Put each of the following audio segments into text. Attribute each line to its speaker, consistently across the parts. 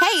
Speaker 1: Hey,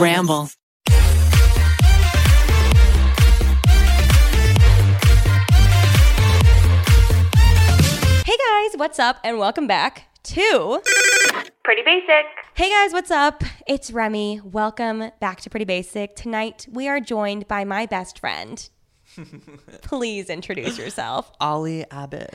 Speaker 2: Ramble.
Speaker 3: Hey guys, what's up? And welcome back to
Speaker 4: Pretty basic.
Speaker 3: Hey guys, what's up? It's Remy. Welcome back to Pretty Basic. Tonight we are joined by my best friend. Please introduce yourself.
Speaker 2: Ollie Abbott.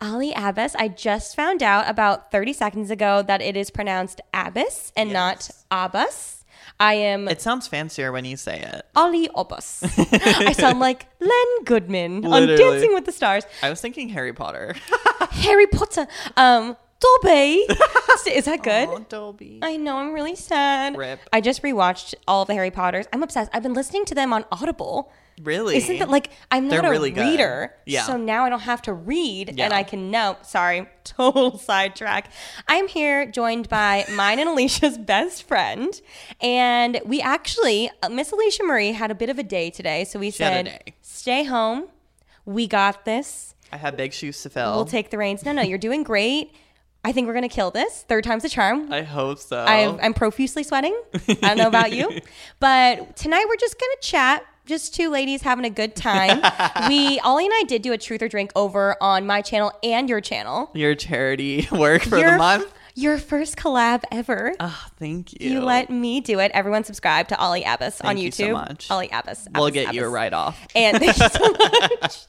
Speaker 3: Ali Abbas. I just found out about 30 seconds ago that it is pronounced Abbas and not Abbas. I am
Speaker 2: It sounds fancier when you say it.
Speaker 3: Ali Abbas. I sound like Len Goodman on
Speaker 2: Literally.
Speaker 3: Dancing with the Stars.
Speaker 2: I was thinking Harry Potter.
Speaker 3: Harry Potter. Um, Dobby. is that good?
Speaker 2: Oh, Dolby.
Speaker 3: I know, I'm really sad.
Speaker 2: Rip.
Speaker 3: I just rewatched all of the Harry Potters. I'm obsessed. I've been listening to them on Audible.
Speaker 2: Really?
Speaker 3: Isn't that like I'm
Speaker 2: They're
Speaker 3: not a
Speaker 2: really good.
Speaker 3: reader?
Speaker 2: Yeah.
Speaker 3: So now I don't have to read and
Speaker 2: Yeah.
Speaker 3: I can know. Sorry, total sidetrack. I'm here joined by mine and Alicia's best friend. And we actually, uh, Miss Alicia Marie had a bit of a day today. So we
Speaker 2: had
Speaker 3: said,
Speaker 2: a day.
Speaker 3: stay home. We got this.
Speaker 2: I have big shoes to fill.
Speaker 3: We'll take the reins. No, no, you're doing great. I think we're going to kill this. Third time's the charm.
Speaker 2: I hope so.
Speaker 3: I've, I'm profusely sweating. I don't know about you, but tonight we're just gonna chat. Just two ladies having a good time. we Ollie and I did do a truth or drink over on my channel and your channel.
Speaker 2: Your charity work for
Speaker 3: your,
Speaker 2: the month.
Speaker 3: Your first collab ever.
Speaker 2: Ah, thank you.
Speaker 3: you let me do it. Everyone subscribe to Ollie Abbas on
Speaker 2: Thank
Speaker 3: YouTube.
Speaker 2: you so much.
Speaker 3: Ollie Abbas.
Speaker 2: We'll
Speaker 3: Abbas,
Speaker 2: get you a
Speaker 3: Abbas.
Speaker 2: write off.
Speaker 3: And thank you so much.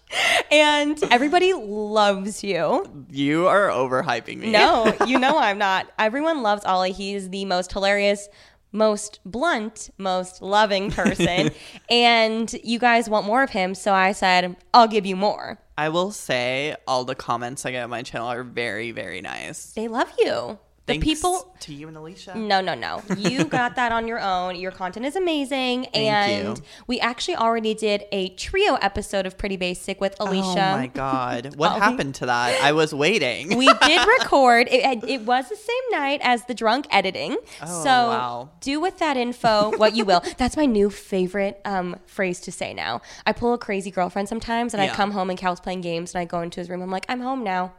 Speaker 3: and everybody loves you.
Speaker 2: You are overhyping me.
Speaker 3: No, you know I'm not. Everyone loves Ollie. He's the most hilarious, most blunt, most loving person. and you guys want more of him, so I said, I'll give you more.
Speaker 2: I will say all the comments I get on my channel are very, very nice.
Speaker 3: They love you. The
Speaker 2: Thanks
Speaker 3: people
Speaker 2: to you and Alicia.
Speaker 3: No, no, no. You got that on your own. Your content is amazing. and
Speaker 2: you.
Speaker 3: we actually already did a trio episode of Pretty Basic with Alicia.
Speaker 2: Oh my god. What happened to that? I was waiting.
Speaker 3: we did record. It, had- it was the same night as the drunk editing.
Speaker 2: Oh,
Speaker 3: so
Speaker 2: wow.
Speaker 3: do with that info what you will. That's my new favorite um, phrase to say now. I pull a crazy girlfriend sometimes, and I
Speaker 2: Yeah.
Speaker 3: come home and Cal's playing games, and I go into his room. I'm like, I'm home now.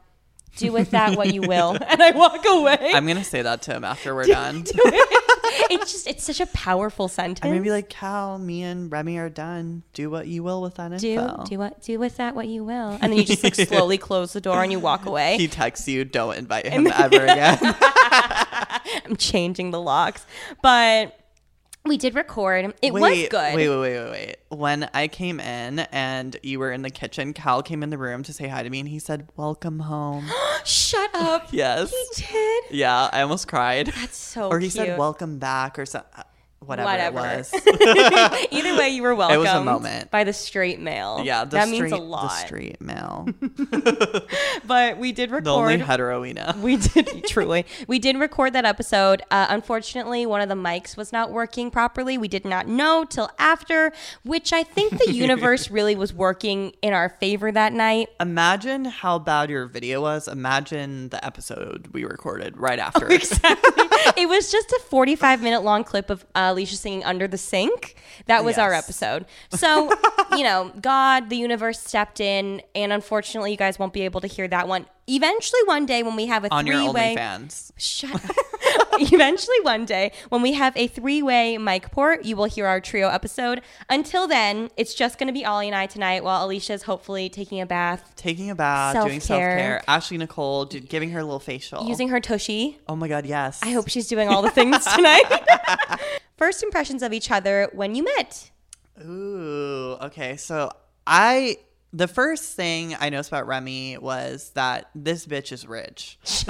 Speaker 3: Do with that what you will, and I walk away.
Speaker 2: I'm gonna say that to him after we're done.
Speaker 3: it's just it's such a powerful sentence.
Speaker 2: I'm gonna be like, Cal, me and Remy are done. Do what you will with that
Speaker 3: do
Speaker 2: info.
Speaker 3: do what do with that what you will, and then you just like slowly close the door and you walk away.
Speaker 2: He texts you, don't invite him ever again.
Speaker 3: I'm changing the locks, but. We did record. It was
Speaker 2: wait,
Speaker 3: good.
Speaker 2: Wait, wait, wait, wait, wait. When I came in and you were in the kitchen, Cal came in the room to say hi to me and he said, Welcome home.
Speaker 3: Shut up.
Speaker 2: yes.
Speaker 3: He did.
Speaker 2: Yeah, I almost cried.
Speaker 3: That's so
Speaker 2: or he
Speaker 3: cute.
Speaker 2: said, Welcome back or something. Whatever,
Speaker 3: Whatever.
Speaker 2: it was.
Speaker 3: Either way, you were welcome.
Speaker 2: was a moment.
Speaker 3: by the straight male.
Speaker 2: Yeah, the
Speaker 3: that
Speaker 2: street,
Speaker 3: means a
Speaker 2: The
Speaker 3: lot.
Speaker 2: street mail.
Speaker 3: But we did
Speaker 2: the only
Speaker 3: record.
Speaker 2: hetero we know.
Speaker 3: we did truly. We did record that episode. Uh, unfortunately, one of the mics was not working properly. We did not know till after, which I think the universe really was working in our favor that night.
Speaker 2: Imagine how bad your video was. Imagine the episode we recorded
Speaker 3: Oh
Speaker 2: right after.
Speaker 3: it was just a 45 minute long clip of uh, Alicia singing Under the Sink. That was our
Speaker 2: Yes.
Speaker 3: episode. So, you know, God, the universe stepped in. And unfortunately, you guys won't be able to hear that one. Eventually, one day when we have a
Speaker 2: On your
Speaker 3: three way.
Speaker 2: OnlyFans.
Speaker 3: Shut up. Eventually, one day when we have a three way mic port, you will hear our trio episode. Until then, it's just going to be Ollie and I tonight while Alicia's hopefully taking a bath,
Speaker 2: Taking a bath, doing self
Speaker 3: Self-care.
Speaker 2: care. Ashley Nicole did, giving her a little facial.
Speaker 3: using her tushy.
Speaker 2: Oh my God, yes.
Speaker 3: I hope she's doing all the things tonight. first impressions of each other when you met.
Speaker 2: Ooh, okay. So I the first thing I noticed about Remy was that this bitch is rich.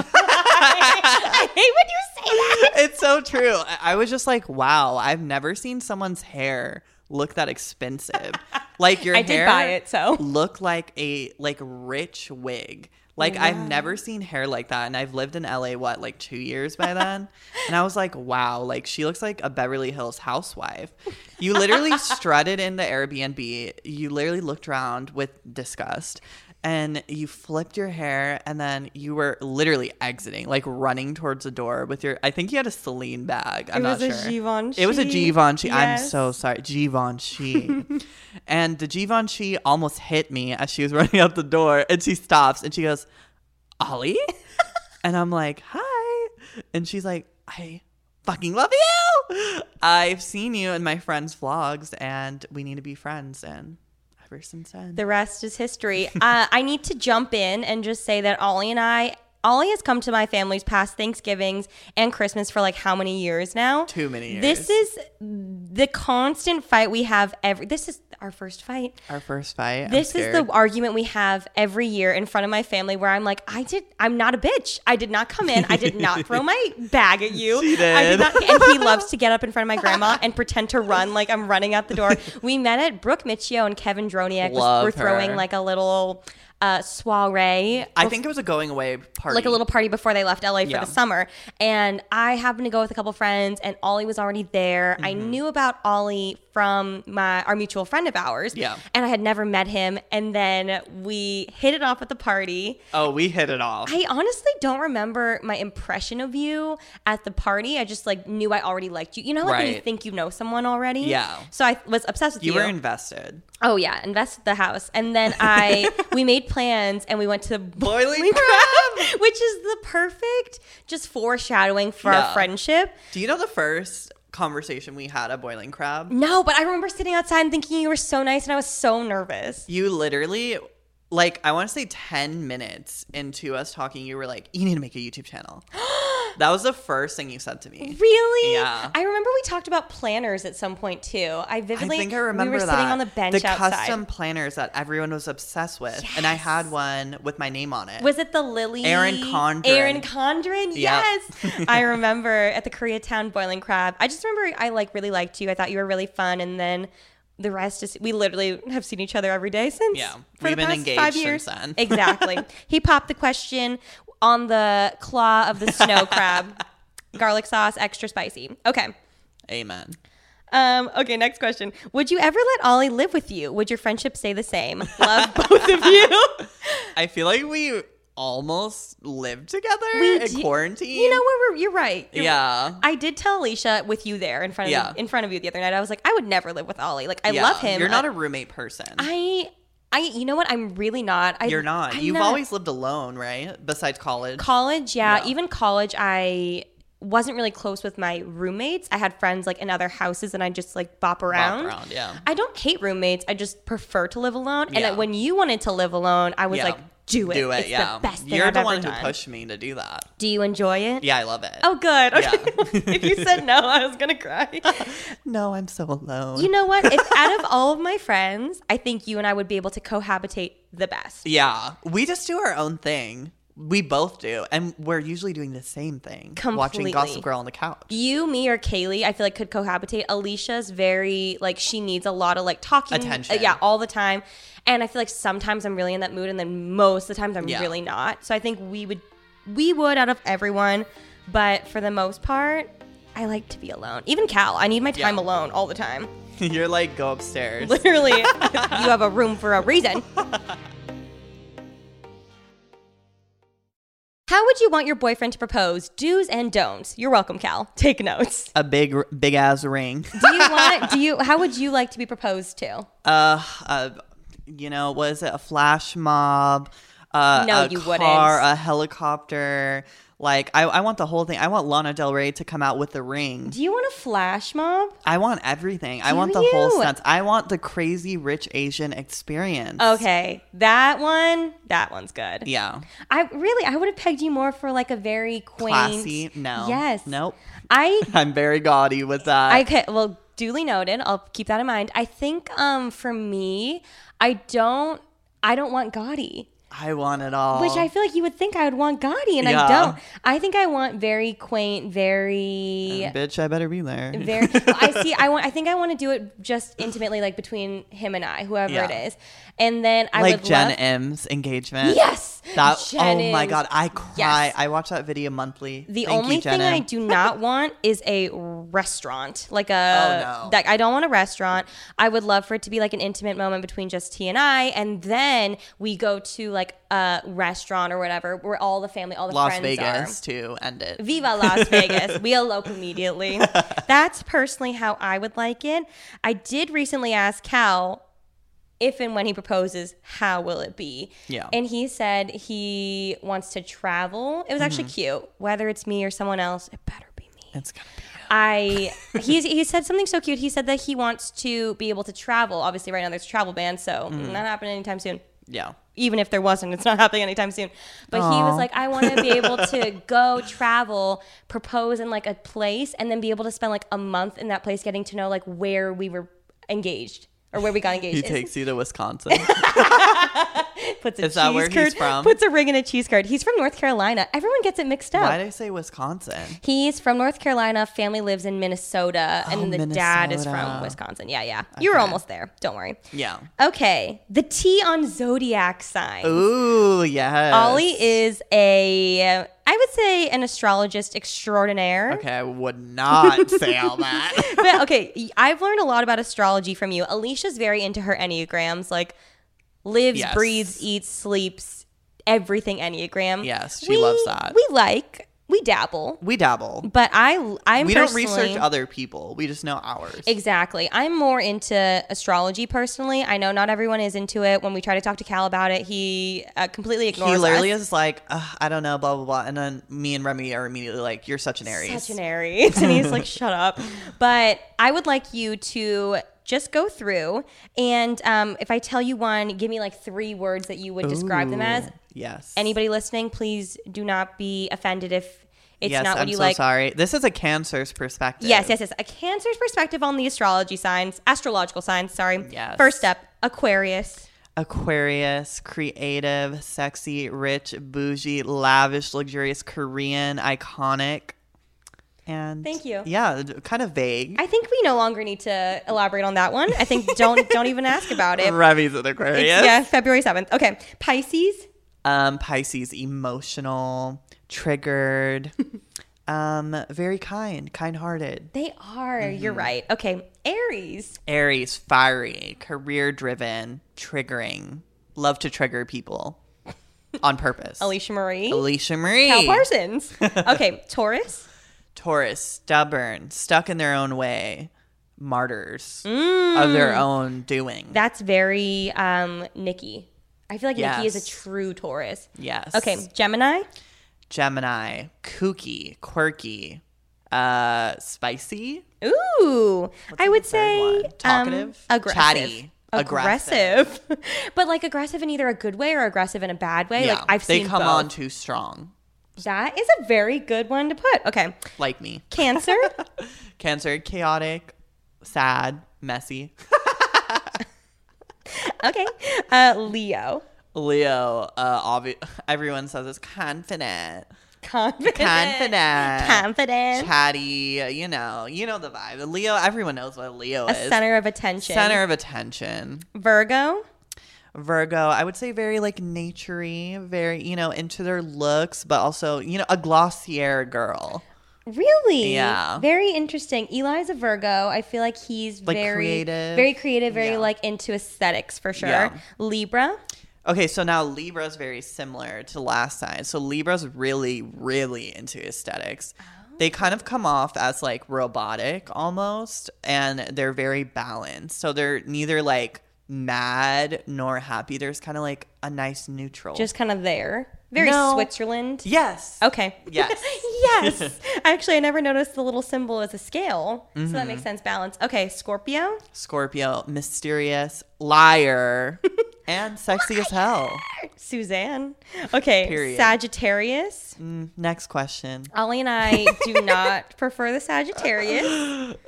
Speaker 3: I hate when you say that.
Speaker 2: it's so true. I- I was just like, wow, I've never seen someone's hair look that expensive. Like your
Speaker 3: I did
Speaker 2: hair
Speaker 3: buy it, so.
Speaker 2: look like a like rich wig.
Speaker 3: Oh,
Speaker 2: Like I've never seen hair like that and I've lived in LA what like 2 years by then. and I was like, wow, like she looks like a Beverly Hills housewife. You literally strutted in the Airbnb. You literally looked around with disgust and you flipped your hair and then you were literally exiting, like running towards the door with your. I think you had a Celine bag. I'm
Speaker 3: It
Speaker 2: not
Speaker 3: was a
Speaker 2: sure.
Speaker 3: Givenchy.
Speaker 2: It was a Givenchy. I'm
Speaker 3: Yes.
Speaker 2: so sorry, Givenchy. and the Givenchy almost hit me as she was running out the door, and she stops and she goes, "Ollie," and I'm like, "Hi," and she's like, "I." Fucking love you! I've seen you in my friends' vlogs, and we need to be friends. And ever since then,
Speaker 3: The rest is history. uh, I need to jump in and just say that Ollie and I, Ollie has come to my family's past Thanksgivings and Christmas for like how many years now?
Speaker 2: Too many
Speaker 3: This is the constant fight we have every. This is our first fight.
Speaker 2: our first fight. I'm
Speaker 3: This is
Speaker 2: scared.
Speaker 3: the argument we have every year in front of my family where I'm like, I did, I'm not a bitch. I did not come in. I did not throw my bag at you.
Speaker 2: She
Speaker 3: I did
Speaker 2: did.
Speaker 3: not, and he loves to get up in front of my grandma and pretend to run like I'm running out the door. We met at Brooke Michio and Kevin Droniak was,
Speaker 2: Love
Speaker 3: were throwing
Speaker 2: her.
Speaker 3: like a little uh, soiree.
Speaker 2: I think it was a going away party.
Speaker 3: Like a little party before they left LA for
Speaker 2: Yeah.
Speaker 3: the summer. And I happened to go with a couple friends and Ollie was already there. I
Speaker 2: Mm-hmm.
Speaker 3: knew about Ollie from my our mutual friend of ours.
Speaker 2: Yeah.
Speaker 3: And I had never met him. And then we hit it off at the party.
Speaker 2: Oh, we hit it off.
Speaker 3: I honestly don't remember my impression of you at the party. I just like knew I already liked you. You know like when you
Speaker 2: Right.
Speaker 3: think you know someone already?
Speaker 2: Yeah.
Speaker 3: So I was obsessed with you.
Speaker 2: you were invested.
Speaker 3: oh yeah, invested the house. And then I we made plans and we went to
Speaker 2: Boiling
Speaker 3: crab, which is the perfect just foreshadowing for our
Speaker 2: Yeah.
Speaker 3: friendship.
Speaker 2: Do you know the first conversation we had at Boiling Crab?
Speaker 3: No, but I remember sitting outside and thinking you were so nice and I was so nervous.
Speaker 2: You literally, like, I want to say 10 minutes into us talking, you were like, you need to make a YouTube channel. that was the first thing you said to me.
Speaker 3: Really?
Speaker 2: Yeah.
Speaker 3: I remember we talked about planners at some point too. I
Speaker 2: I
Speaker 3: vividly
Speaker 2: think I remember
Speaker 3: we were
Speaker 2: that.
Speaker 3: sitting on the bench
Speaker 2: the
Speaker 3: outside.
Speaker 2: custom planners that everyone was obsessed with. And I had one with my name on it.
Speaker 3: Was it the Lily?
Speaker 2: Erin Condren.
Speaker 3: Erin Condren.
Speaker 2: Yeah.
Speaker 3: Yes, I remember at the Koreatown Boiling Crab. I just remember I like really liked you. I thought you were really fun, and then the rest is we literally have seen each other every day since.
Speaker 2: Yeah.
Speaker 3: for
Speaker 2: We've
Speaker 3: the
Speaker 2: been
Speaker 3: past
Speaker 2: engaged
Speaker 3: five
Speaker 2: since
Speaker 3: years.
Speaker 2: then.
Speaker 3: exactly. He popped the question on the claw of the snow crab. Garlic sauce, extra spicy. Okay.
Speaker 2: Amen.
Speaker 3: Um, okay, next question. Would you ever let Ollie live with you? Would your friendship stay the same? Love both of you.
Speaker 2: I feel like we almost lived together in
Speaker 3: do-
Speaker 2: quarantine.
Speaker 3: You know what? We're, you're right. You're
Speaker 2: Yeah.
Speaker 3: I did tell Alicia with you there in front of
Speaker 2: Yeah.
Speaker 3: in front of you the other night. I was like, I would never live with Ollie. Like, I
Speaker 2: Yeah,
Speaker 3: love him.
Speaker 2: You're not
Speaker 3: I-
Speaker 2: a roommate person.
Speaker 3: I, I. You know what? I'm really not. I,
Speaker 2: You're not.
Speaker 3: I'm
Speaker 2: You've always lived alone, right? Besides college.
Speaker 3: college. Yeah, even college. I wasn't really close with my roommates. I had friends like in other houses, and I just like bop around.
Speaker 2: around, yeah.
Speaker 3: I don't hate roommates. I just prefer to live alone. And
Speaker 2: Yeah.
Speaker 3: uh, when you wanted to live alone, I was
Speaker 2: Yeah.
Speaker 3: like, do it.
Speaker 2: Do it.
Speaker 3: It's
Speaker 2: yeah.
Speaker 3: the best thing
Speaker 2: You're
Speaker 3: I've
Speaker 2: the
Speaker 3: ever
Speaker 2: one
Speaker 3: done.
Speaker 2: who pushed me to do that.
Speaker 3: Do you enjoy it?
Speaker 2: Yeah, I love it.
Speaker 3: Oh, good. Okay.
Speaker 2: Yeah.
Speaker 3: if you said no, I was gonna cry.
Speaker 2: no, I'm so alone.
Speaker 3: You know what? If out of all of my friends, I think you and I would be able to cohabitate the best.
Speaker 2: yeah. We just do our own thing. We both do, and we're usually doing the same thing.
Speaker 3: Completely.
Speaker 2: Watching Gossip Girl on the couch.
Speaker 3: You, me, or Kaylee, I feel like could cohabitate. Alicia's very like she needs a lot of like talking
Speaker 2: Attention.
Speaker 3: uh, yeah, all the time. And I feel like sometimes I'm really in that mood, and then most of the times I'm
Speaker 2: Yeah.
Speaker 3: really not. So I think we would, we would out of everyone, but for the most part, I like to be alone. Even Cal, I need my time
Speaker 2: Yeah.
Speaker 3: alone all the time.
Speaker 2: You're like, go upstairs.
Speaker 3: Literally, you have a room for a reason. How would you want your boyfriend to propose? Do's and don'ts. You're welcome, Cal. Take notes.
Speaker 2: A big, big ass ring.
Speaker 3: Do you want? Do you? How would you like to be proposed to?
Speaker 2: uh, uh, you know, was it a flash mob? Uh,
Speaker 3: No,
Speaker 2: a
Speaker 3: you
Speaker 2: car,
Speaker 3: wouldn't.
Speaker 2: A helicopter, Like I, I want the whole thing. I want Lana Del Rey to come out with the ring.
Speaker 3: Do you want a flash mob?
Speaker 2: I want everything. I
Speaker 3: Do
Speaker 2: want the whole
Speaker 3: you?
Speaker 2: sense. I want the crazy rich Asian experience.
Speaker 3: Oh. Okay, that one, that one's good.
Speaker 2: Yeah.
Speaker 3: I really, I would have pegged you more for like a very quaint.
Speaker 2: Classy. No.
Speaker 3: Yes.
Speaker 2: Nope.
Speaker 3: I
Speaker 2: I'm very gaudy with that.
Speaker 3: I okay, well, duly noted. I'll keep that in mind. I think um for me, I don't I don't want gaudy.
Speaker 2: I want it all.
Speaker 3: Which I feel like you would think I would want gaudy, and
Speaker 2: Yeah.
Speaker 3: I don't. I think I want very quaint, very,
Speaker 2: bitch. I better be there.
Speaker 3: very. I see. I want. I think I want to do it just intimately, like between him and I, whoever
Speaker 2: Yeah.
Speaker 3: it is. And then I
Speaker 2: like
Speaker 3: would
Speaker 2: Jen
Speaker 3: love,
Speaker 2: M's engagement.
Speaker 3: Yes,
Speaker 2: That.
Speaker 3: Jen
Speaker 2: oh my
Speaker 3: M's.
Speaker 2: god. I cry.
Speaker 3: Yes.
Speaker 2: I watch that video monthly.
Speaker 3: The
Speaker 2: Thank you,
Speaker 3: only
Speaker 2: Jen
Speaker 3: thing I
Speaker 2: M.
Speaker 3: do not want is a restaurant, like a
Speaker 2: Oh, no.
Speaker 3: like I don't want a restaurant. I would love for it to be like an intimate moment between just he and I, and then we go to like a restaurant or whatever where all the family, all the
Speaker 2: Las
Speaker 3: friends
Speaker 2: Vegas
Speaker 3: are.
Speaker 2: to end it.
Speaker 3: Viva Las Vegas. we elope immediately. That's personally how I would like it. I did recently ask Cal if and when he proposes, how will it be?
Speaker 2: Yeah.
Speaker 3: And he said he wants to travel. It was actually cute. Whether it's me or someone else, it better be me.
Speaker 2: it's gonna be.
Speaker 3: I he he said something so cute. He said that he wants to be able to travel. Obviously, right now there's a travel ban, so not happening anytime soon
Speaker 2: Yeah.
Speaker 3: even if there wasn't, it's not happening anytime soon. But he was like, I want to be able to go travel, propose in like a place, and then be able to spend like a month in that place getting to know like where we were engaged or where we got engaged.
Speaker 2: He
Speaker 3: It's-
Speaker 2: takes you to Wisconsin.
Speaker 3: puts a
Speaker 2: is that where
Speaker 3: cheese curd-
Speaker 2: he's from?
Speaker 3: Puts a ring in a cheese curd. He's from North Carolina. Everyone gets it mixed up.
Speaker 2: Why did I say Wisconsin?
Speaker 3: He's from North Carolina. Family lives in Minnesota, and
Speaker 2: Oh,
Speaker 3: then the dad is from
Speaker 2: Minnesota.
Speaker 3: Wisconsin. Yeah, yeah. You were almost there. Don't worry.
Speaker 2: Yeah.
Speaker 3: Okay. The T on zodiac sign.
Speaker 2: Ooh, yes.
Speaker 3: Ollie is a, I would say, an astrologist extraordinaire.
Speaker 2: Okay, I would not say all that.
Speaker 3: but okay, I've learned a lot about astrology from you. Alicia's very into her enneagrams, like lives,
Speaker 2: Yes.
Speaker 3: breathes, eats, sleeps, everything enneagram.
Speaker 2: Yes, she loves that.
Speaker 3: We like, we dabble,
Speaker 2: We dabble.
Speaker 3: but I, I'm
Speaker 2: we don't
Speaker 3: personally-
Speaker 2: research other people. We just know ours.
Speaker 3: Exactly. I'm more into astrology personally. I know not everyone is into it. When we try to talk to Cal about it, he uh, completely ignores
Speaker 2: He literally
Speaker 3: us.
Speaker 2: is like, "Ugh, I don't know, blah blah blah, and then me and Remy are immediately like, "You're such an Aries."
Speaker 3: Such an Aries. and he's like, shut up. But I would like you to just go through and um, if I tell you one, give me like three words that you would describe them as.
Speaker 2: yes.
Speaker 3: Anybody listening, please do not be offended if it's
Speaker 2: yes,
Speaker 3: not what
Speaker 2: I'm
Speaker 3: you
Speaker 2: so
Speaker 3: like.
Speaker 2: sorry. This is a Cancer's perspective.
Speaker 3: Yes, yes, yes. A Cancer's perspective on the astrology signs, astrological signs, sorry.
Speaker 2: Yes.
Speaker 3: First up, Aquarius.
Speaker 2: Aquarius, creative, sexy, rich, bougie, lavish, luxurious, Korean, iconic, and
Speaker 3: Thank you.
Speaker 2: Yeah, d- kind of vague.
Speaker 3: I think we no longer need to elaborate on that one. I think don't don't even ask about it.
Speaker 2: Remy's an Aquarius.
Speaker 3: It's- yeah, February 7th. Okay. Pisces.
Speaker 2: Um, Pisces, emotional, triggered, um, very kind, kind-hearted.
Speaker 3: They are. You're
Speaker 2: Mm-hmm.
Speaker 3: right. Okay. Aries.
Speaker 2: Aries, fiery, career-driven, triggering, love to trigger people on purpose.
Speaker 3: Alicia Marie.
Speaker 2: Alicia Marie.
Speaker 3: Cal Parsons. Okay. Taurus.
Speaker 2: Taurus, stubborn, stuck in their own way, martyrs
Speaker 3: Mm.
Speaker 2: of their own doing.
Speaker 3: That's very um Nikki. I feel like Nikki is a
Speaker 2: Yes.
Speaker 3: true Taurus.
Speaker 2: yes.
Speaker 3: Okay. Gemini.
Speaker 2: Gemini, kooky, quirky, uh, spicy,
Speaker 3: Ooh. I would say
Speaker 2: one?
Speaker 3: um,
Speaker 2: Talkative?
Speaker 3: aggressive.
Speaker 2: Chatty.
Speaker 3: Aggressive, but like aggressive in either a good way or aggressive in a bad way. Like I've
Speaker 2: they
Speaker 3: seen
Speaker 2: come
Speaker 3: both.
Speaker 2: on too strong,
Speaker 3: That is a very good one to put. Okay.
Speaker 2: like me.
Speaker 3: Cancer.
Speaker 2: Cancer, chaotic, sad, messy.
Speaker 3: okay. Uh, Leo.
Speaker 2: Leo, uh, obvi- everyone says it's confident,
Speaker 3: Confident.
Speaker 2: confident,
Speaker 3: Confident.
Speaker 2: chatty. You know, you know the vibe. Leo, everyone knows what Leo
Speaker 3: a
Speaker 2: is.
Speaker 3: center of attention.
Speaker 2: center of attention.
Speaker 3: Virgo.
Speaker 2: Virgo, I would say very like naturey, very, you know, into their looks, but also, you know, a glossier girl.
Speaker 3: Really?
Speaker 2: Yeah.
Speaker 3: Very interesting. Eli's a Virgo. I feel like he's
Speaker 2: Like,
Speaker 3: very
Speaker 2: creative.
Speaker 3: very creative, very
Speaker 2: Yeah.
Speaker 3: like into aesthetics for sure.
Speaker 2: Yeah.
Speaker 3: Libra.
Speaker 2: Okay, so now Libra's very similar to last time. So Libra's really, really into aesthetics.
Speaker 3: Oh.
Speaker 2: They kind of come off as like robotic almost, and they're very balanced. So they're neither like mad nor happy. There's kind of like a nice neutral.
Speaker 3: Just kind of there. Very
Speaker 2: No.
Speaker 3: Switzerland.
Speaker 2: Yes.
Speaker 3: Okay.
Speaker 2: Yes.
Speaker 3: yes. Actually, I never noticed the little symbol as a scale. So
Speaker 2: Mm-hmm.
Speaker 3: that makes sense. Balance. Okay, Scorpio.
Speaker 2: Scorpio, mysterious, liar, and sexy as hell.
Speaker 3: Suzanne. Okay,
Speaker 2: Period. Mm.
Speaker 3: Sagittarius.
Speaker 2: Next question.
Speaker 3: Ollie and I do not prefer the Sagittarius.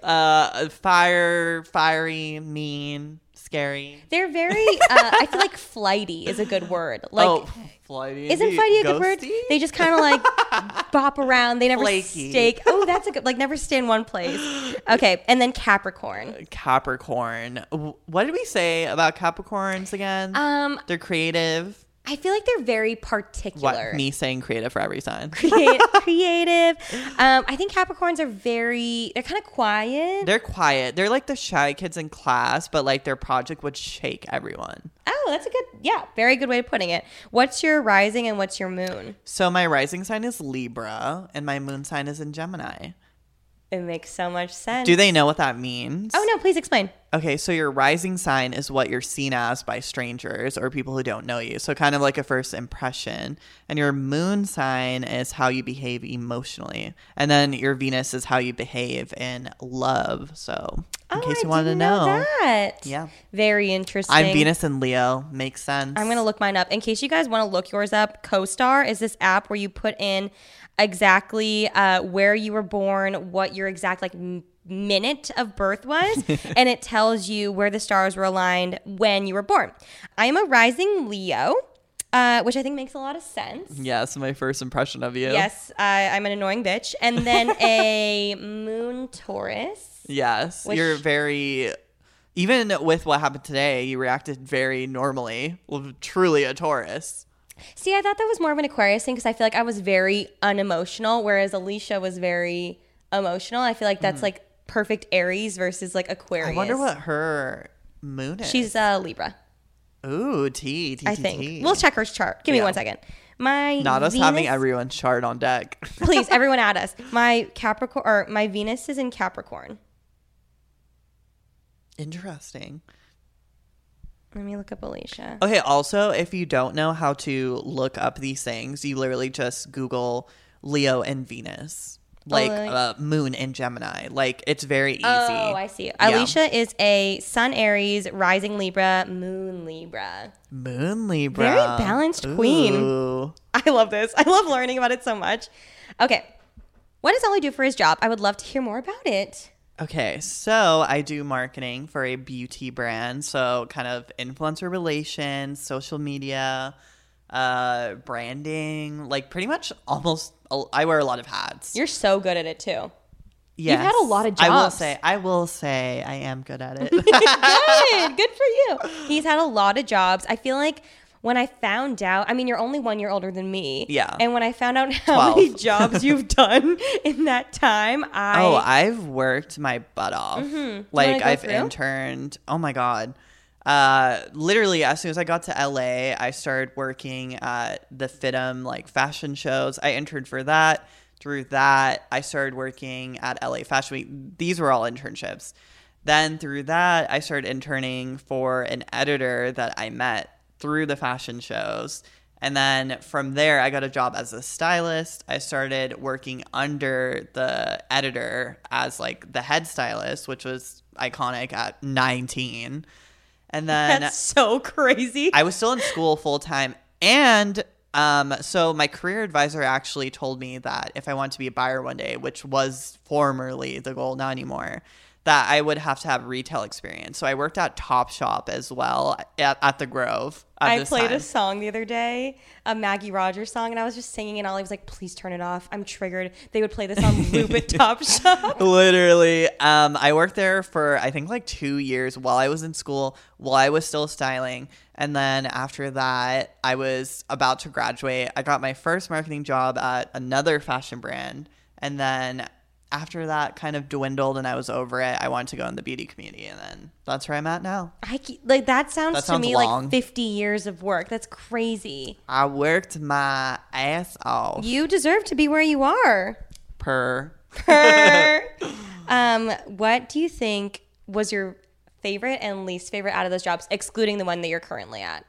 Speaker 2: Uh, fire, fiery, mean, scary.
Speaker 3: They're very, uh, I feel like flighty is a good word. Like,
Speaker 2: oh, flighty.
Speaker 3: isn't flighty a good word?
Speaker 2: ghosty?
Speaker 3: They just kind of like bop around. They never
Speaker 2: Flaky.
Speaker 3: stake. Oh, that's a good, like, never stay in one place. Okay, and then Capricorn.
Speaker 2: Capricorn. W- What did we say about Capricorns again?
Speaker 3: Um,
Speaker 2: They're creative.
Speaker 3: I feel like they're very
Speaker 2: What?
Speaker 3: particular.
Speaker 2: Me saying creative for every sign.
Speaker 3: Create- creative. Um, I think Capricorns are very, they're kind of quiet.
Speaker 2: They're quiet. They're like the shy kids in class, but like their project would shake everyone.
Speaker 3: oh, that's a good, yeah, very good way of putting it. What's your rising and what's your moon?
Speaker 2: So my rising sign is Libra, and my moon sign is in Gemini.
Speaker 3: It makes so much sense.
Speaker 2: Do they know what that means?
Speaker 3: Oh no, please explain.
Speaker 2: Okay, so your rising sign is what you're seen as by strangers or people who don't know you. So kind of like a first impression. And your moon sign is how you behave emotionally. And then your Venus is how you behave in love. So in
Speaker 3: oh,
Speaker 2: case
Speaker 3: I
Speaker 2: you wanted to
Speaker 3: didn't
Speaker 2: know.
Speaker 3: that.
Speaker 2: Yeah.
Speaker 3: Very interesting.
Speaker 2: I'm Venus and Leo. Makes sense.
Speaker 3: I'm gonna look mine up. In case you guys want to look yours up, CoStar is this app where you put in exactly uh, where you were born, what your exact like m- minute of birth was, and it tells you where the stars were aligned when you were born. I am a rising Leo, uh, which I think makes a lot of sense.
Speaker 2: Yes, my first impression of you.
Speaker 3: Yes, I, I'm an annoying bitch, and then a moon Taurus.
Speaker 2: Yes.
Speaker 3: Which-
Speaker 2: You're very even with what happened today, you reacted very normally. Well, truly a Taurus.
Speaker 3: See, I thought that was more of an Aquarius thing because I feel like I was very unemotional, whereas Alicia was very emotional. I feel like that's like perfect Aries versus like Aquarius.
Speaker 2: Mm-hmm. I wonder what her moon is.
Speaker 3: she's uh, Libra,
Speaker 2: Ooh, T, E T,
Speaker 3: I
Speaker 2: T,
Speaker 3: think.
Speaker 2: T.
Speaker 3: We'll check her chart. Give me
Speaker 2: Yeah.
Speaker 3: one second. My
Speaker 2: Not us
Speaker 3: Venus-
Speaker 2: having everyone's chart on deck.
Speaker 3: please everyone at us. My Capricorn or my Venus is in Capricorn.
Speaker 2: Interesting.
Speaker 3: Let me look up Alicia.
Speaker 2: Okay, also, if you don't know how to look up these things, you literally just Google Leo and Venus,
Speaker 3: Oh,
Speaker 2: like
Speaker 3: like-
Speaker 2: uh, Moon and Gemini. Like, it's very easy.
Speaker 3: Oh, I see.
Speaker 2: Yeah.
Speaker 3: Alicia is a Sun Aries, Rising Libra, Moon Libra.
Speaker 2: Moon Libra.
Speaker 3: Very balanced queen.
Speaker 2: Ooh.
Speaker 3: I love this. I love learning about it so much. Okay. What does Ollie do for his job? I would love to hear more about it.
Speaker 2: Okay, so I do marketing for a beauty brand, so kind of influencer relations, social media, uh, branding, like pretty much almost. I wear a lot of hats.
Speaker 3: You're so good at it too.
Speaker 2: Yes.
Speaker 3: had a lot of
Speaker 2: I will
Speaker 3: jobs.
Speaker 2: say, I will say, I am good at it.
Speaker 3: Good. Good for you. He's had a lot of jobs. I feel like when I found out, I mean, you're only one year older than me.
Speaker 2: Yeah.
Speaker 3: And when I found out how many jobs you've done in that time, I. Mm-hmm.
Speaker 2: oh, I've worked my butt off. Like
Speaker 3: go
Speaker 2: I've
Speaker 3: through?
Speaker 2: interned. Oh my god. Uh, literally, as soon as I got to LA, I started working at the Fitum like fashion shows. I interned for that. Through that, I started working at LA Fashion Week. These were all internships. Then through that, I started interning for an editor that I met through the fashion shows. And then from there, I got a job as a stylist. I started working under the editor as like the head stylist, which was iconic at 19. And then
Speaker 3: that's so crazy.
Speaker 2: I was still in school full time. And um, so my career advisor actually told me that if I wanted to be a buyer one day, which was formerly the goal, not anymore, that I would have to have retail experience. So I worked at Topshop as well at, at the Grove. at
Speaker 3: I
Speaker 2: this
Speaker 3: played
Speaker 2: time.
Speaker 3: a song the other day, a Maggie Rogers song, and I was just singing, and Ollie was like, please turn it off. I'm triggered. They would play this on loop at Top Shop.
Speaker 2: Literally. Um, I worked there for I think like two years while I was in school, while I was still styling. And then after that, I was about to graduate. I got my first marketing job at another fashion brand. And then after that kind of dwindled and I was over it, I wanted to go in the beauty community. And then that's where I'm at now.
Speaker 3: I ke- like that sounds
Speaker 2: That
Speaker 3: to
Speaker 2: sounds
Speaker 3: me
Speaker 2: long.
Speaker 3: like 50 years of work. That's crazy.
Speaker 2: I worked my ass off
Speaker 3: You deserve to be where you are.
Speaker 2: per
Speaker 3: Purr. um, what do you think was your favorite and least favorite out of those jobs, excluding the one that you're currently at?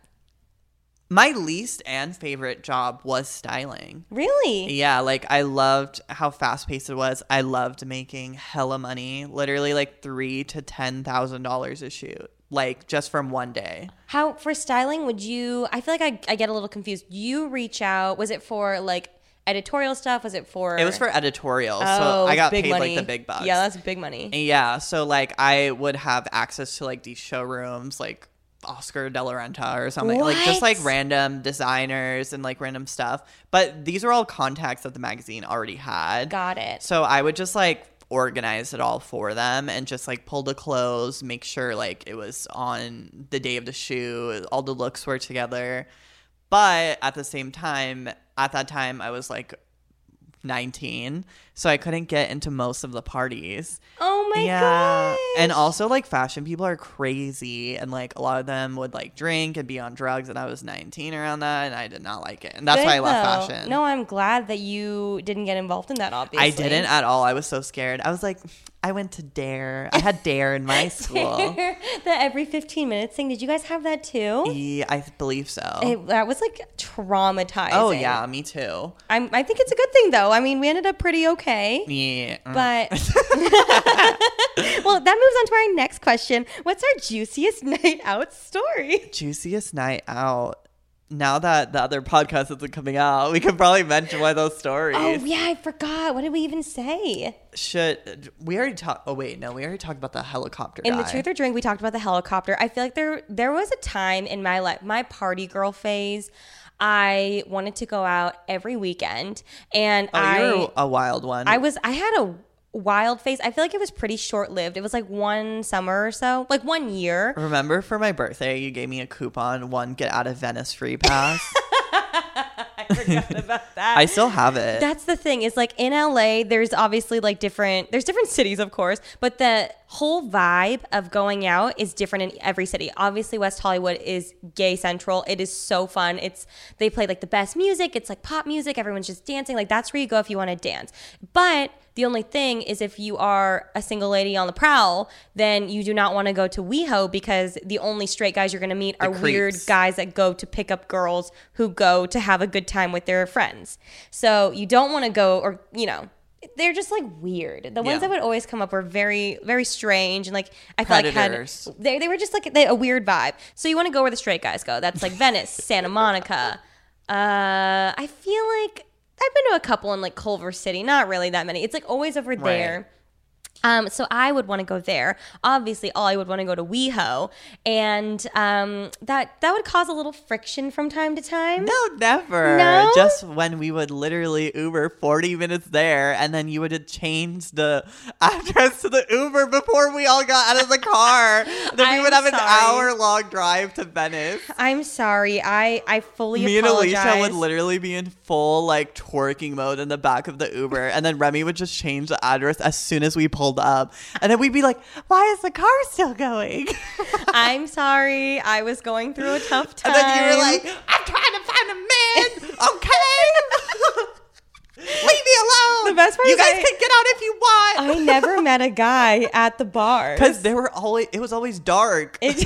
Speaker 2: My least and favorite job was styling.
Speaker 3: Really?
Speaker 2: Yeah, like I loved how fast paced it was. I loved making hella money, literally like three to ten thousand dollars a shoot, like just from one day.
Speaker 3: How for styling would you? I feel like I, I get a little confused. You reach out. Was it for like editorial stuff? Was it for?
Speaker 2: It was for editorial,
Speaker 3: Oh,
Speaker 2: so I got
Speaker 3: big
Speaker 2: paid
Speaker 3: money.
Speaker 2: like the big bucks.
Speaker 3: Yeah, that's big money.
Speaker 2: yeah. So like I would have access to like these showrooms, like Oscar De La Renta or something, like
Speaker 3: What?
Speaker 2: just like random designers and like random stuff. But these are all contacts that the magazine already had.
Speaker 3: Got it.
Speaker 2: So I would just like organize it all for them and just like pull the clothes, make sure like it was on the day of the shoot, all the looks were together. But at the same time, at that time, I was like 19, so I couldn't get into most of the parties.
Speaker 3: Oh my god.
Speaker 2: And also like fashion people are crazy and like a lot of them would like drink and be on drugs and I was 19 around that and I did not like it. And that's
Speaker 3: Good,
Speaker 2: why I left
Speaker 3: though.
Speaker 2: fashion.
Speaker 3: No, I'm glad that you didn't get involved in that. Obviously,
Speaker 2: I didn't at all. I was so scared. I was like, I went to Dare. I had Dare in my school.
Speaker 3: the every 15 minutes thing. Did you guys have that too?
Speaker 2: yeah, E, I believe so.
Speaker 3: It, that was like traumatizing.
Speaker 2: oh yeah, me too.
Speaker 3: I'm, I think it's a good thing though. I mean, we ended up pretty okay.
Speaker 2: Yeah.
Speaker 3: But well, that moves on to our next question. What's our juiciest night out story?
Speaker 2: Juiciest night out. Now that the other podcast isn't coming out, we could probably mention one of those stories.
Speaker 3: Oh yeah, I forgot. What did we even say?
Speaker 2: Should we already talked? Oh wait, no, we already talked about the helicopter.
Speaker 3: In the
Speaker 2: guy.
Speaker 3: truth or drink, we talked about the helicopter. I feel like there there was a time in my life, my party girl phase. I wanted to go out every weekend, and
Speaker 2: Oh,
Speaker 3: I
Speaker 2: you're a wild one.
Speaker 3: I was I had a wild phase. I feel like it was pretty short lived. It was like one summer or so, like one year.
Speaker 2: Remember for my birthday, you gave me a coupon, one get out of Venice free pass. I still have it.
Speaker 3: That's the thing is like in LA, there's obviously like different, there's different cities, of course, but the whole vibe of going out is different in every city. Obviously, West Hollywood is gay central. It is so fun. It's, they play like the best music. It's like pop music. Everyone's just dancing. Like that's where you go if you want to dance. But the only thing is if you are a single lady on the prowl, then you do not want to go to WeHo because the only straight guys you're going to meet are weird guys
Speaker 2: creeps.
Speaker 3: guys that go to pick up girls who go to have a good time with their friends. So you don't want to go or, you know, they're just like weird. The ones
Speaker 2: Yeah.
Speaker 3: that would always come up were very, very strange and like I
Speaker 2: Predators.
Speaker 3: felt like had they, they were just like they, a weird vibe. So you want to go where the straight guys go. That's like Venice, Santa Monica. Uh, I feel like I've been to a couple in like Culver City. Not really that many. It's like always over there. Um, so I would want to go there. Obviously, Ollie would want to go to WeHo, and um, that that would cause a little friction from time to time.
Speaker 2: No, never.
Speaker 3: No?
Speaker 2: Just when we would literally Uber 40 minutes there, and then you would have changed the address to the Uber before we all got out of the car. then we
Speaker 3: I'm
Speaker 2: would have an
Speaker 3: sorry.
Speaker 2: hour long drive to Venice.
Speaker 3: I'm sorry. I I fully
Speaker 2: Me and
Speaker 3: apologize.
Speaker 2: Alicia would literally be in full like twerking mode in the back of the Uber, and then Remy would just change the address as soon as we pulled up, and then we'd be like, "Why is the car still going?"
Speaker 3: I'm sorry. I was going through a tough time.
Speaker 2: And then you were like, "I'm trying to find a man, okay? Leave me alone.
Speaker 3: The best part
Speaker 2: you
Speaker 3: is
Speaker 2: guys
Speaker 3: I-
Speaker 2: can get out if you want."
Speaker 3: I never met a guy at the bar.
Speaker 2: Because they were always, it was always dark.
Speaker 3: you can't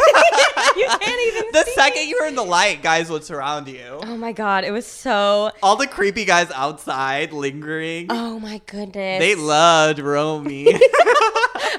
Speaker 3: even.
Speaker 2: the
Speaker 3: see.
Speaker 2: second you were in the light, guys would surround you.
Speaker 3: Oh my god! It was so.
Speaker 2: All the creepy guys outside lingering.
Speaker 3: Oh my goodness.
Speaker 2: They loved Romy.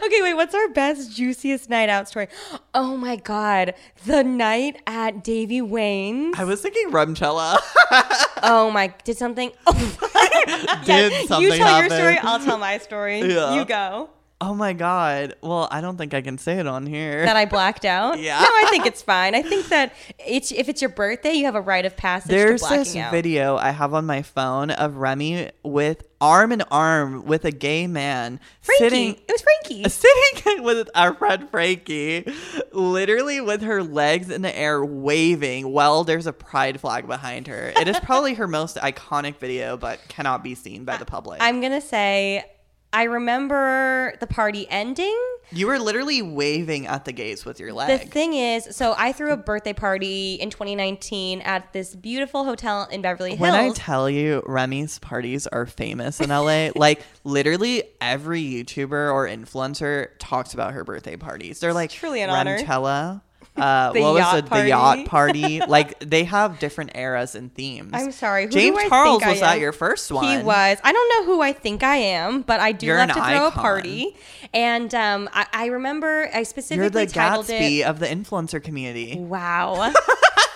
Speaker 3: Okay, wait, what's our best, juiciest night out story? Oh my God. The night at Davy Wayne's.
Speaker 2: I was thinking Rumchella.
Speaker 3: Oh my, did something. Oh,
Speaker 2: Did something
Speaker 3: you tell
Speaker 2: happen?
Speaker 3: your story, I'll tell my story.
Speaker 2: Yeah.
Speaker 3: You go.
Speaker 2: Oh my god. Well, I don't think I can say it on here.
Speaker 3: That I blacked out.
Speaker 2: Yeah.
Speaker 3: No, I think it's fine. I think that it's if it's your birthday, you have a rite of passage
Speaker 2: There's
Speaker 3: to
Speaker 2: this
Speaker 3: blacking out.
Speaker 2: video I have on my phone of Remy with arm in arm with a gay man
Speaker 3: Frankie.
Speaker 2: sitting
Speaker 3: it was Frankie.
Speaker 2: sitting with our friend Frankie, literally with her legs in the air waving while there's a pride flag behind her. It is probably her most iconic video, but cannot be seen by the public.
Speaker 3: I'm going to say, I remember the party ending.
Speaker 2: you were literally waving at the gays with your
Speaker 3: The
Speaker 2: leg.
Speaker 3: thing is, so I threw a birthday party in 2019 at this beautiful hotel in Beverly Hills.
Speaker 2: When I tell you Remy's parties are famous in LA, like literally every YouTuber or influencer talks about her birthday parties. They're like
Speaker 3: truly an honor.
Speaker 2: Remchella, uh,
Speaker 3: The
Speaker 2: what was
Speaker 3: yacht
Speaker 2: it? The yacht
Speaker 3: party?
Speaker 2: party. like they have different eras and themes.
Speaker 3: I'm sorry. Who
Speaker 2: James
Speaker 3: do I
Speaker 2: Charles
Speaker 3: think I
Speaker 2: was at
Speaker 3: am?
Speaker 2: your first one.
Speaker 3: He was. I don't know who I think I am, but I do
Speaker 2: You're
Speaker 3: love to
Speaker 2: an
Speaker 3: throw a
Speaker 2: icon.
Speaker 3: party. And um, I, I remember I specifically
Speaker 2: You're the
Speaker 3: titled
Speaker 2: Gatsby
Speaker 3: it.
Speaker 2: of the influencer community.
Speaker 3: Wow.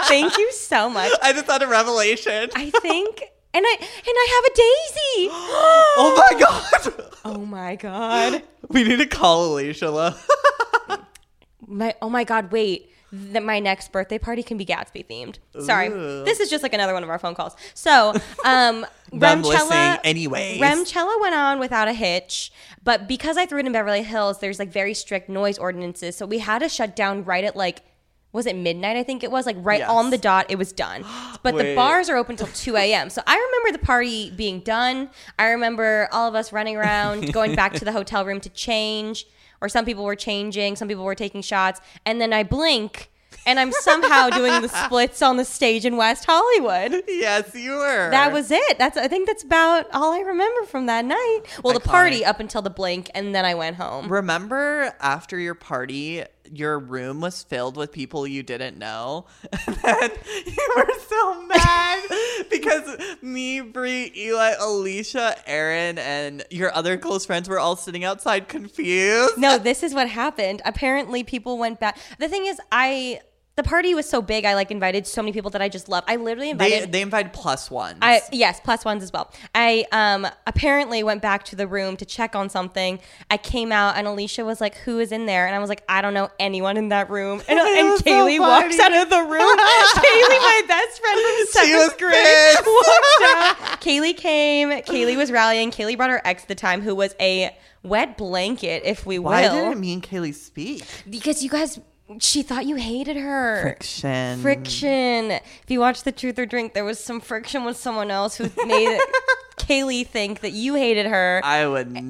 Speaker 3: Thank you so much.
Speaker 2: I just had a revelation.
Speaker 3: I think, and I and I
Speaker 2: oh my god.
Speaker 3: have a daisy. oh my god.
Speaker 2: we need to call Alicia. Lo.
Speaker 3: My oh my god. Wait. That my next birthday party can be Gatsby themed. Sorry, this is just like another one of our phone calls. So, um,
Speaker 2: Them listening
Speaker 3: Remchella,
Speaker 2: anyways.
Speaker 3: Remchella went on without a hitch, but because I threw it in Beverly Hills, there's like very strict noise ordinances, so we had to shut down right at like. Was it midnight? I think it was like right on the dot. It was done, but the
Speaker 2: Wait.
Speaker 3: bars are open till two a.m. So I remember the party being done. I remember all of us running around, going back to the hotel room to change, or some people were changing, some people were taking shots, and then I blink, and I'm somehow doing the splits on the stage in West Hollywood.
Speaker 2: yes, you were.
Speaker 3: That was it. That's I think that's about all I remember from that night. Well, the party up until the blink, and then I went home.
Speaker 2: Remember after your party, your room was filled with people you didn't know, and then you were so mad because me, Brie, Eli, Alicia, Aaron, and your other close friends were all sitting outside confused.
Speaker 3: No, this is what happened. Apparently, people went back. The thing is, I the party was so big. I like invited so many people that I just love. I literally
Speaker 2: They
Speaker 3: invited.
Speaker 2: they invited plus ones.
Speaker 3: I, yes, plus ones as well. I um apparently went back to the room to check on something. I came out and Alicia was like, "Who is in there?" And I was like, "I don't know anyone in that room." And, and
Speaker 2: was so
Speaker 3: Kaylee walks out
Speaker 2: funny.
Speaker 3: of the room. Kaylee, my best friend from
Speaker 2: she was
Speaker 3: seventh grade,
Speaker 2: pissed.
Speaker 3: Kaylee came. Kaylee was rallying. Kaylee brought her ex at the time, who was a wet blanket, if we
Speaker 2: Why
Speaker 3: will.
Speaker 2: didn't me and Kaylee speak?
Speaker 3: because you guys, she thought you hated her.
Speaker 2: Friction.
Speaker 3: Friction. If you watch The Truth or Drink, there was some friction with someone else who made Kaylee think that you hated her.
Speaker 2: I would never.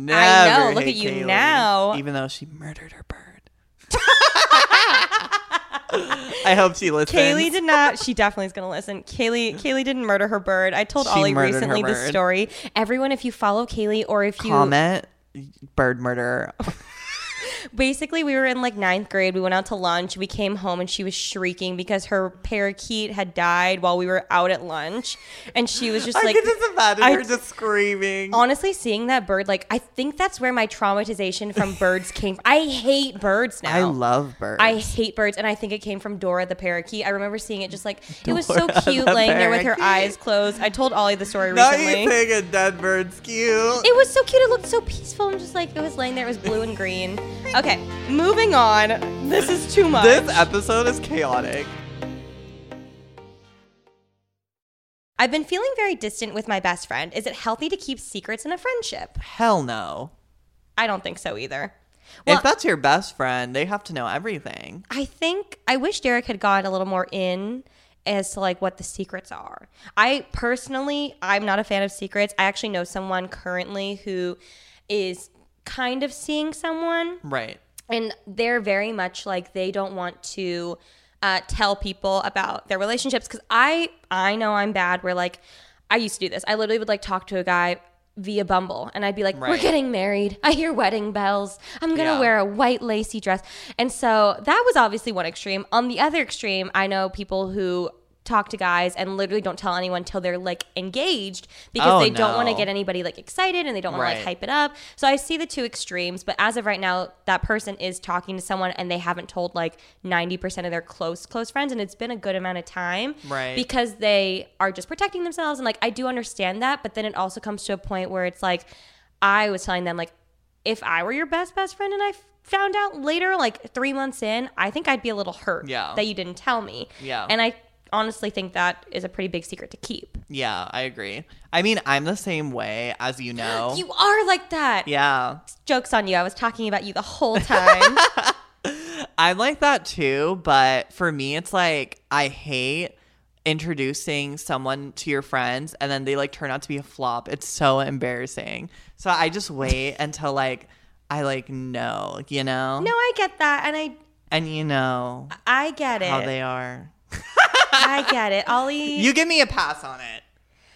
Speaker 3: know. Look at
Speaker 2: hate
Speaker 3: you
Speaker 2: Kaylee,
Speaker 3: now.
Speaker 2: Even though she murdered her bird. I hope she listens.
Speaker 3: Kaylee did not. She definitely is going to listen. Kaylee, Kaylee didn't murder her bird. I told
Speaker 2: She
Speaker 3: Ollie
Speaker 2: murdered her
Speaker 3: recently this
Speaker 2: bird.
Speaker 3: story. Everyone, if you follow Kaylee or if you
Speaker 2: comment bird murderer.
Speaker 3: basically we were in like ninth grade we went out to lunch we came home and she was shrieking because her parakeet had died while we were out at lunch and she was just
Speaker 2: I
Speaker 3: like
Speaker 2: could just imagine
Speaker 3: I-
Speaker 2: her just screaming.
Speaker 3: honestly seeing that bird like i think that's where my traumatization from birds came i hate birds now
Speaker 2: I love birds.
Speaker 3: I hate birds, and I think it came from Dora the parakeet. I remember seeing it just like it was so cute,
Speaker 2: the
Speaker 3: laying there with her
Speaker 2: parakeet.
Speaker 3: eyes closed. I told Ollie the story
Speaker 2: Not you
Speaker 3: recently.
Speaker 2: saying a dead bird's cute.
Speaker 3: It was so cute. It looked so peaceful. I'm just like it was laying there. It was blue and green. Okay, moving on. This is too much.
Speaker 2: this episode is chaotic.
Speaker 3: I've been feeling very distant with my best friend. Is it healthy to keep secrets in a friendship?
Speaker 2: Hell no.
Speaker 3: I don't think so either. Well,
Speaker 2: if that's your best friend, they have to know everything.
Speaker 3: I think I wish Derek had gone a little more in as to like what the secrets are. I personally, I'm not a fan of secrets. I actually know someone currently who is kind of seeing someone
Speaker 2: Right.
Speaker 3: and they're very much like they don't want to uh, tell people about their relationships because i i know i'm bad where like i used to do this i literally would like talk to a guy via bumble and i'd be like we're
Speaker 2: Right.
Speaker 3: getting married i hear wedding bells i'm gonna
Speaker 2: Yeah.
Speaker 3: wear a white lacy dress and so that was obviously one extreme on the other extreme i know people who talk to guys and literally don't tell anyone till they're like engaged because
Speaker 2: Oh,
Speaker 3: they don't want to
Speaker 2: no.
Speaker 3: get anybody like excited and they don't want to like
Speaker 2: Right.
Speaker 3: hype it up. So I see the two extremes, but as of right now, that person is talking to someone and they haven't told like 90% of their close, close friends. And it's been a good amount of time.
Speaker 2: Right.
Speaker 3: Because they are just protecting themselves. And like, I do understand that. But then it also comes to a point where it's like, I was telling them, like, if I were your best, best friend and I found out later, like three months in, I think I'd be a little hurt
Speaker 2: Yeah.
Speaker 3: that you didn't tell me.
Speaker 2: Yeah.
Speaker 3: And I honestly think that is a pretty big secret to keep.
Speaker 2: Yeah, I agree. I mean, I'm the same way, as you know.
Speaker 3: You are like that.
Speaker 2: yeah.
Speaker 3: Joke's on you. I was talking about you the whole time.
Speaker 2: I'm like that too, but for me, it's like I hate introducing someone to your friends and then they like turn out to be a flop. It's so embarrassing. So I just wait until like I like know, you know,
Speaker 3: no, I get that. And I
Speaker 2: and you know
Speaker 3: I get
Speaker 2: how
Speaker 3: it.
Speaker 2: they are.
Speaker 3: I get it. Ollie.
Speaker 2: You give me a pass on it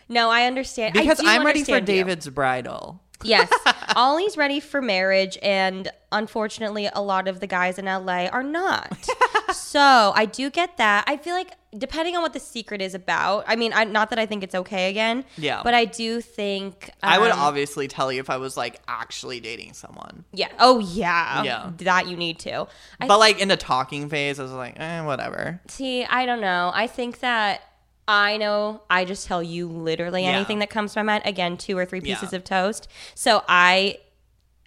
Speaker 3: no, I understand. I
Speaker 2: because
Speaker 3: do
Speaker 2: I'm ready for
Speaker 3: understand you.
Speaker 2: David's bridal.
Speaker 3: Yes. Ollie's ready for marriage, and unfortunately, a lot of the guys in LA are not. so I do get that. I feel like depending on what the secret is about. I mean, I, not that I think it's okay again.
Speaker 2: Yeah.
Speaker 3: But I do think
Speaker 2: I would
Speaker 3: um,
Speaker 2: obviously tell you if I was like actually dating someone.
Speaker 3: Yeah. Oh yeah.
Speaker 2: Yeah.
Speaker 3: That you need to. I
Speaker 2: But like in the talking phase, I was like, eh, whatever.
Speaker 3: See, I don't know. I think that I know I just tell you literally
Speaker 2: Yeah.
Speaker 3: anything that comes to my mind. Again, two or three pieces
Speaker 2: Yeah.
Speaker 3: of toast. So I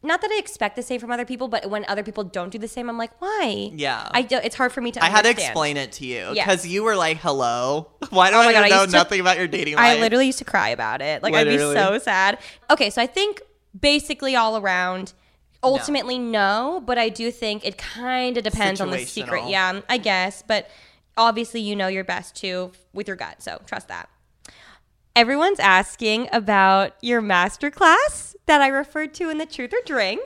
Speaker 3: not that I expect the same from other people, but when other people don't do the same, I'm like, why?
Speaker 2: Yeah.
Speaker 3: I do, it's hard for me to
Speaker 2: I had to
Speaker 3: understand.
Speaker 2: explain it to you
Speaker 3: Yeah.
Speaker 2: because you were like, hello. Why do I
Speaker 3: my God, I
Speaker 2: even know
Speaker 3: used to-
Speaker 2: nothing about your dating life?
Speaker 3: I literally used to cry about it. Like I'd
Speaker 2: Literally.
Speaker 3: be so sad. Okay, so I think basically all around ultimately no, but I do think it kind of depends on the secret.
Speaker 2: Situational.
Speaker 3: Yeah, I guess, but obviously you know your best too with your gut, so trust that. Everyone's asking about your master class that I referred to in the Truth or Drink.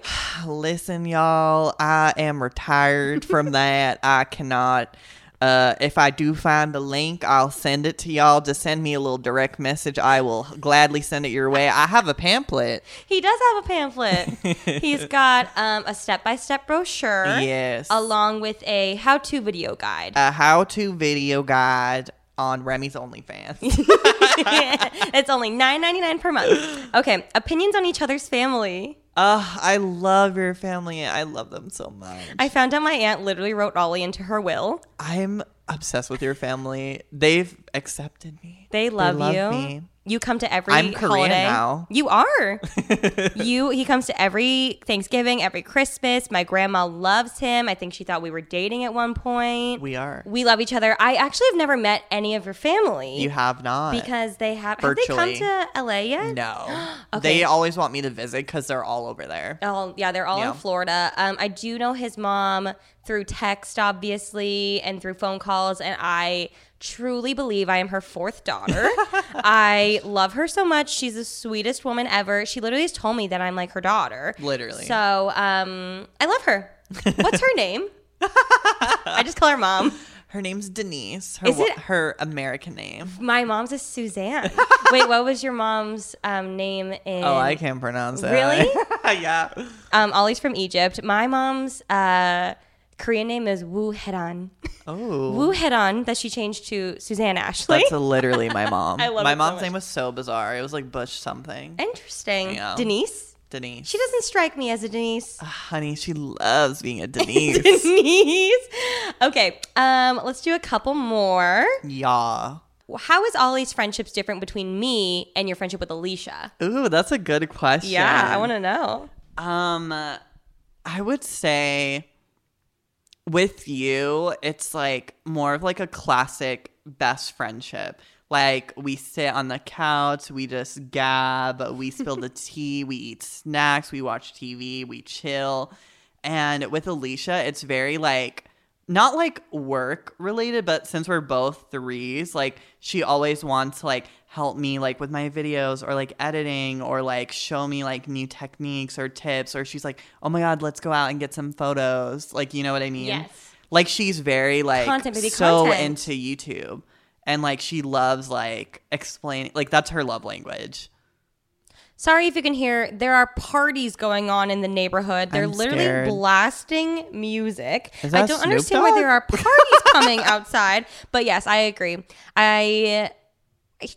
Speaker 2: Listen, y'all, I am retired from that. I cannot. Uh, if I do find a link, I'll send it to y'all. Just send me a little direct message. I will gladly send it your way. I have a pamphlet.
Speaker 3: He does have a pamphlet. He's got um, a step-by-step brochure,
Speaker 2: Yes.
Speaker 3: along with a how-to video guide.
Speaker 2: a how to video guide on Remy's OnlyFans.
Speaker 3: it's only nine ninety nine per month. Okay, opinions on each other's family.
Speaker 2: uh, I love your family. I love them so much.
Speaker 3: I found out my aunt literally wrote Ollie into her will.
Speaker 2: I'm obsessed with your family. They've accepted me.
Speaker 3: They love, you.
Speaker 2: me.
Speaker 3: You come to every
Speaker 2: I'm Korean
Speaker 3: holiday.
Speaker 2: now.
Speaker 3: You are. you he comes to every Thanksgiving, every Christmas. My grandma loves him. I think she thought we were dating at one point.
Speaker 2: We are.
Speaker 3: We love each other. I actually have never met any of your family
Speaker 2: You have not.
Speaker 3: because they have
Speaker 2: Virtually.
Speaker 3: have they come to LA yet?
Speaker 2: No.
Speaker 3: Okay.
Speaker 2: They always want me to visit because they're all over there.
Speaker 3: Oh yeah, they're all
Speaker 2: Yeah.
Speaker 3: in Florida. Um, I do know his mom through text, obviously, and through phone calls, and I truly believe I am her fourth daughter. I love her so much. She's the sweetest woman ever. She literally has told me that I'm like her daughter.
Speaker 2: Literally.
Speaker 3: So um, I love her. What's her name? I just call her mom.
Speaker 2: Her name's Denise. Her,
Speaker 3: Is
Speaker 2: wa-
Speaker 3: it-
Speaker 2: her American name.
Speaker 3: My mom's is Suzanne. Wait, what was your mom's um, name in?
Speaker 2: Oh, I can't pronounce it.
Speaker 3: Really?
Speaker 2: yeah.
Speaker 3: Um, Ollie's from Egypt. My mom's uh, Korean name is Woo Heran.
Speaker 2: Oh.
Speaker 3: Woo Heron that she changed to Suzanne Ashley.
Speaker 2: That's literally my mom.
Speaker 3: I love
Speaker 2: my
Speaker 3: it so
Speaker 2: mom's
Speaker 3: much. Eh.
Speaker 2: name was so bizarre. It was like Bush something.
Speaker 3: Interesting.
Speaker 2: Yeah.
Speaker 3: Denise?
Speaker 2: Denise.
Speaker 3: She doesn't strike me as a Denise.
Speaker 2: Honey, she loves being a Denise.
Speaker 3: Denise. Okay, um, let's do a couple more.
Speaker 2: yeah.
Speaker 3: How is Ollie's friendships different between me and your friendship with Alicia?
Speaker 2: Ooh, that's a good question.
Speaker 3: Yeah, I want to know.
Speaker 2: to. Um, I would say with you, it's like more of like a classic best friendship. Like we sit on the couch, we just gab, we spill the tea, we eat snacks, we watch TV, we chill. And with Alicia, it's very like not like work related, but since we're both threes, like she always wants to like help me like with my videos or like editing or like show me like new techniques or tips or she's like, "Oh my god, let's go out and get some photos." Like, you know what I mean?
Speaker 3: Yes.
Speaker 2: Like she's very like
Speaker 3: Content, baby,
Speaker 2: so
Speaker 3: content.
Speaker 2: into YouTube and like she loves like explaining like that's her love language.
Speaker 3: Sorry if you can hear, there are parties going on in the neighborhood. They're
Speaker 2: I'm
Speaker 3: literally
Speaker 2: scared.
Speaker 3: blasting music.
Speaker 2: Is
Speaker 3: I
Speaker 2: that
Speaker 3: don't
Speaker 2: Snoop
Speaker 3: understand why
Speaker 2: Dogg?
Speaker 3: there are parties coming outside. But yes, I agree. I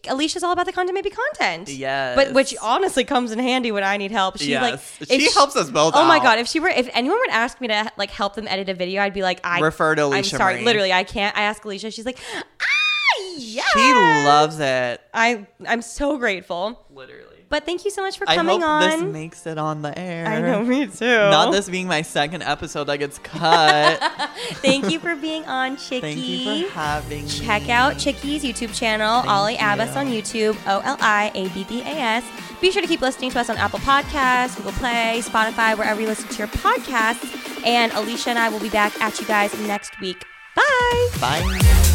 Speaker 3: Alicia's all about the content, maybe content.
Speaker 2: Yes.
Speaker 3: But which honestly comes in handy when I need help. She's like
Speaker 2: Yes.
Speaker 3: if
Speaker 2: She helps us both
Speaker 3: Oh my
Speaker 2: out.
Speaker 3: god, if she were if anyone would ask me to like help them edit a video, I'd be like, I
Speaker 2: Refer to
Speaker 3: I'm
Speaker 2: Alicia
Speaker 3: sorry,
Speaker 2: Marie.
Speaker 3: literally I can't I ask Alicia, she's like, Ah yes.
Speaker 2: She loves it.
Speaker 3: I I'm so grateful.
Speaker 2: Literally.
Speaker 3: But thank you so much for
Speaker 2: I
Speaker 3: coming
Speaker 2: hope
Speaker 3: on.
Speaker 2: this makes it on the air.
Speaker 3: I know, me too.
Speaker 2: Not this being my second episode that gets cut.
Speaker 3: Thank you for being on, Chicky.
Speaker 2: Thank you for having me.
Speaker 3: Check out Chicky's YouTube channel, Ollie Abbas on YouTube, O L I A B B A S. Be sure to keep listening to us on Apple Podcasts, Google Play, Spotify, wherever you listen to your podcasts. And Alicia and I will be back at you guys next week. Bye.
Speaker 2: Bye.